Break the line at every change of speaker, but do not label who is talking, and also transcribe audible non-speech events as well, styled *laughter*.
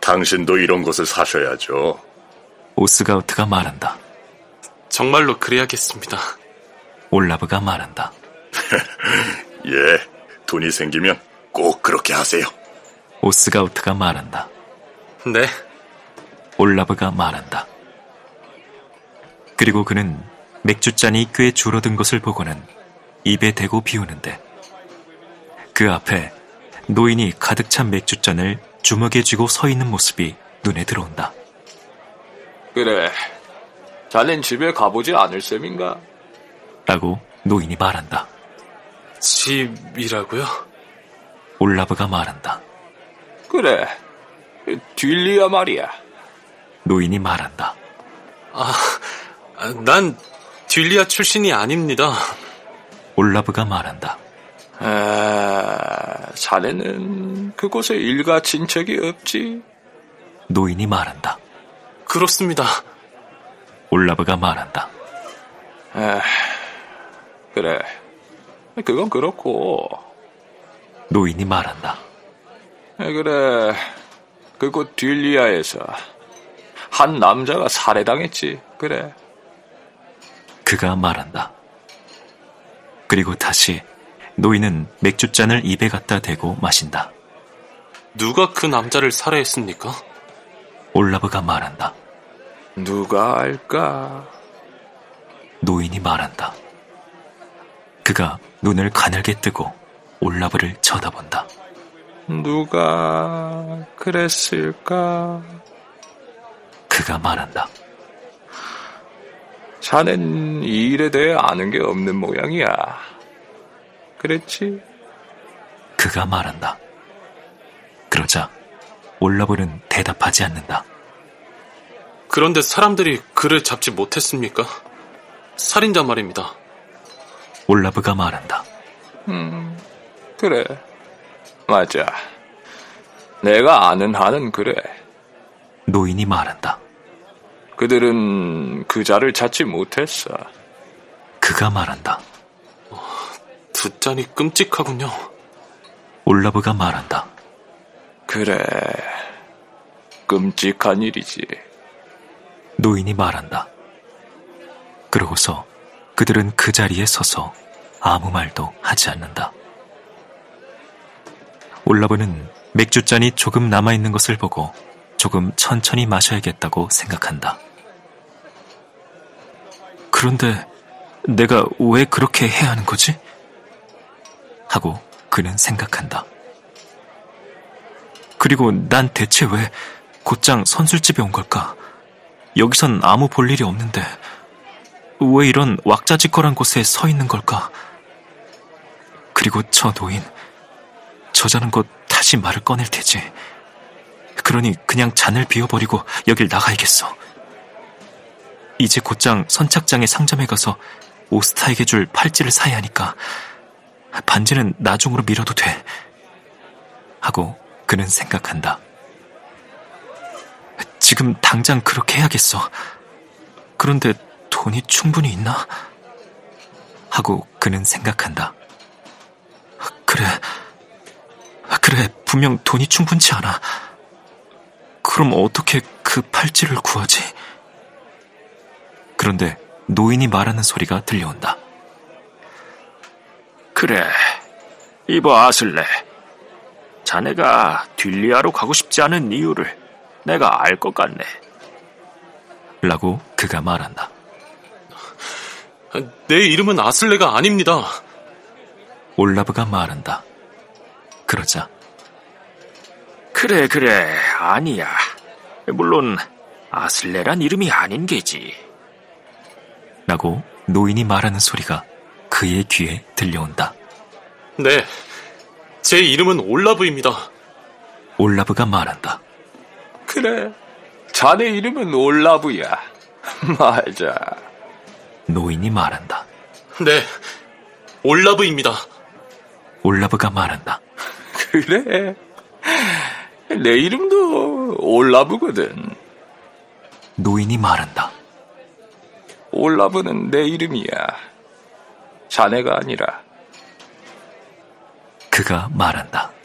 당신도 이런 것을 사셔야죠.
오스가우트가 말한다.
정말로 그래야겠습니다.
올라브가 말한다.
예, 돈이 생기면 꼭 그렇게 하세요.
오스가우트가 말한다.
네,
올라브가 말한다. 그리고 그는 맥주잔이 꽤 줄어든 것을 보고는 입에 대고 비우는데 그 앞에 노인이 가득 찬 맥주잔을 주먹에 쥐고 서 있는 모습이 눈에 들어온다.
그래. 잘린 집에 가보지 않을 셈인가?
라고 노인이 말한다.
집이라고요?
올라브가 말한다.
그래. 딜리야 말이야.
노인이 말한다.
아, 아, 난 듀리아 출신이 아닙니다.
올라브가 말한다.
아, 자네는 그곳에 일가 친척이 없지?
노인이 말한다.
그렇습니다.
올라브가 말한다.
아, 그래. 그건 그렇고.
노인이 말한다.
아, 그래. 그곳 딜리아에서 한 남자가 살해당했지. 그래.
그가 말한다. 그리고 다시 노인은 맥주잔을 입에 갖다 대고 마신다.
누가 그 남자를 살해했습니까?
올라브가 말한다.
누가 알까?
노인이 말한다. 그가 눈을 가늘게 뜨고 올라브를 쳐다본다.
누가 그랬을까?
그가 말한다.
자넨 이 일에 대해 아는 게 없는 모양이야. 그랬지?
그가 말한다. 그러자 올라브는 대답하지 않는다.
그런데 사람들이 그를 잡지 못했습니까? 살인자 말입니다.
올라브가 말한다.
음, 그래. 맞아. 내가 아는 한은 그래.
노인이 말한다.
그들은 그자를 찾지 못했어.
그가 말한다.
두 짠이 끔찍하군요.
올라브가 말한다.
그래. 끔찍한 일이지.
노인이 말한다. 그러고서 그들은 그 자리에 서서 아무 말도 하지 않는다. 올라브는 맥주잔이 조금 남아있는 것을 보고 조금 천천히 마셔야겠다고 생각한다. 그런데 내가 왜 그렇게 해야 하는 거지? 하고 그는 생각한다. 그리고 난 대체 왜 곧장 선술집에 온 걸까? 여기선 아무 볼 일이 없는데 왜 이런 왁자지껄한 곳에 서 있는 걸까? 그리고 저 노인 저자는 곧 다시 말을 꺼낼 테지. 그러니 그냥 잔을 비워버리고 여길 나가야겠어. 이제 곧장 선착장의 상점에 가서 오스타에게 줄 팔찌를 사야 하니까 반지는 나중으로 밀어도 돼. 하고 그는 생각한다. 지금 당장 그렇게 해야겠어. 그런데 돈이 충분히 있나? 하고 그는 생각한다. 그래. 그래, 분명 돈이 충분치 않아. 그럼 어떻게 그 팔찌를 구하지? 그런데 노인이 말하는 소리가 들려온다.
그래, 이봐 아슬레. 자네가 딜리아로 가고 싶지 않은 이유를 내가 알 것 같네.
라고 그가 말한다.
내 이름은 아슬레가 아닙니다.
올라브가 말한다. 그러자
그래, 그래, 아니야. 물론 아슬레란 이름이 아닌 게지.
라고 노인이 말하는 소리가 그의 귀에 들려온다.
네, 제 이름은 올라브입니다.
올라브가 말한다.
그래. 자네 이름은 올라브야. *laughs* 맞아.
노인이 말한다.
네, 올라브입니다.
올라브가 말한다.
그래. 내 이름도 올라브거든.
노인이 말한다.
올라브는 내 이름이야. 자네가 아니라.
그가 말한다.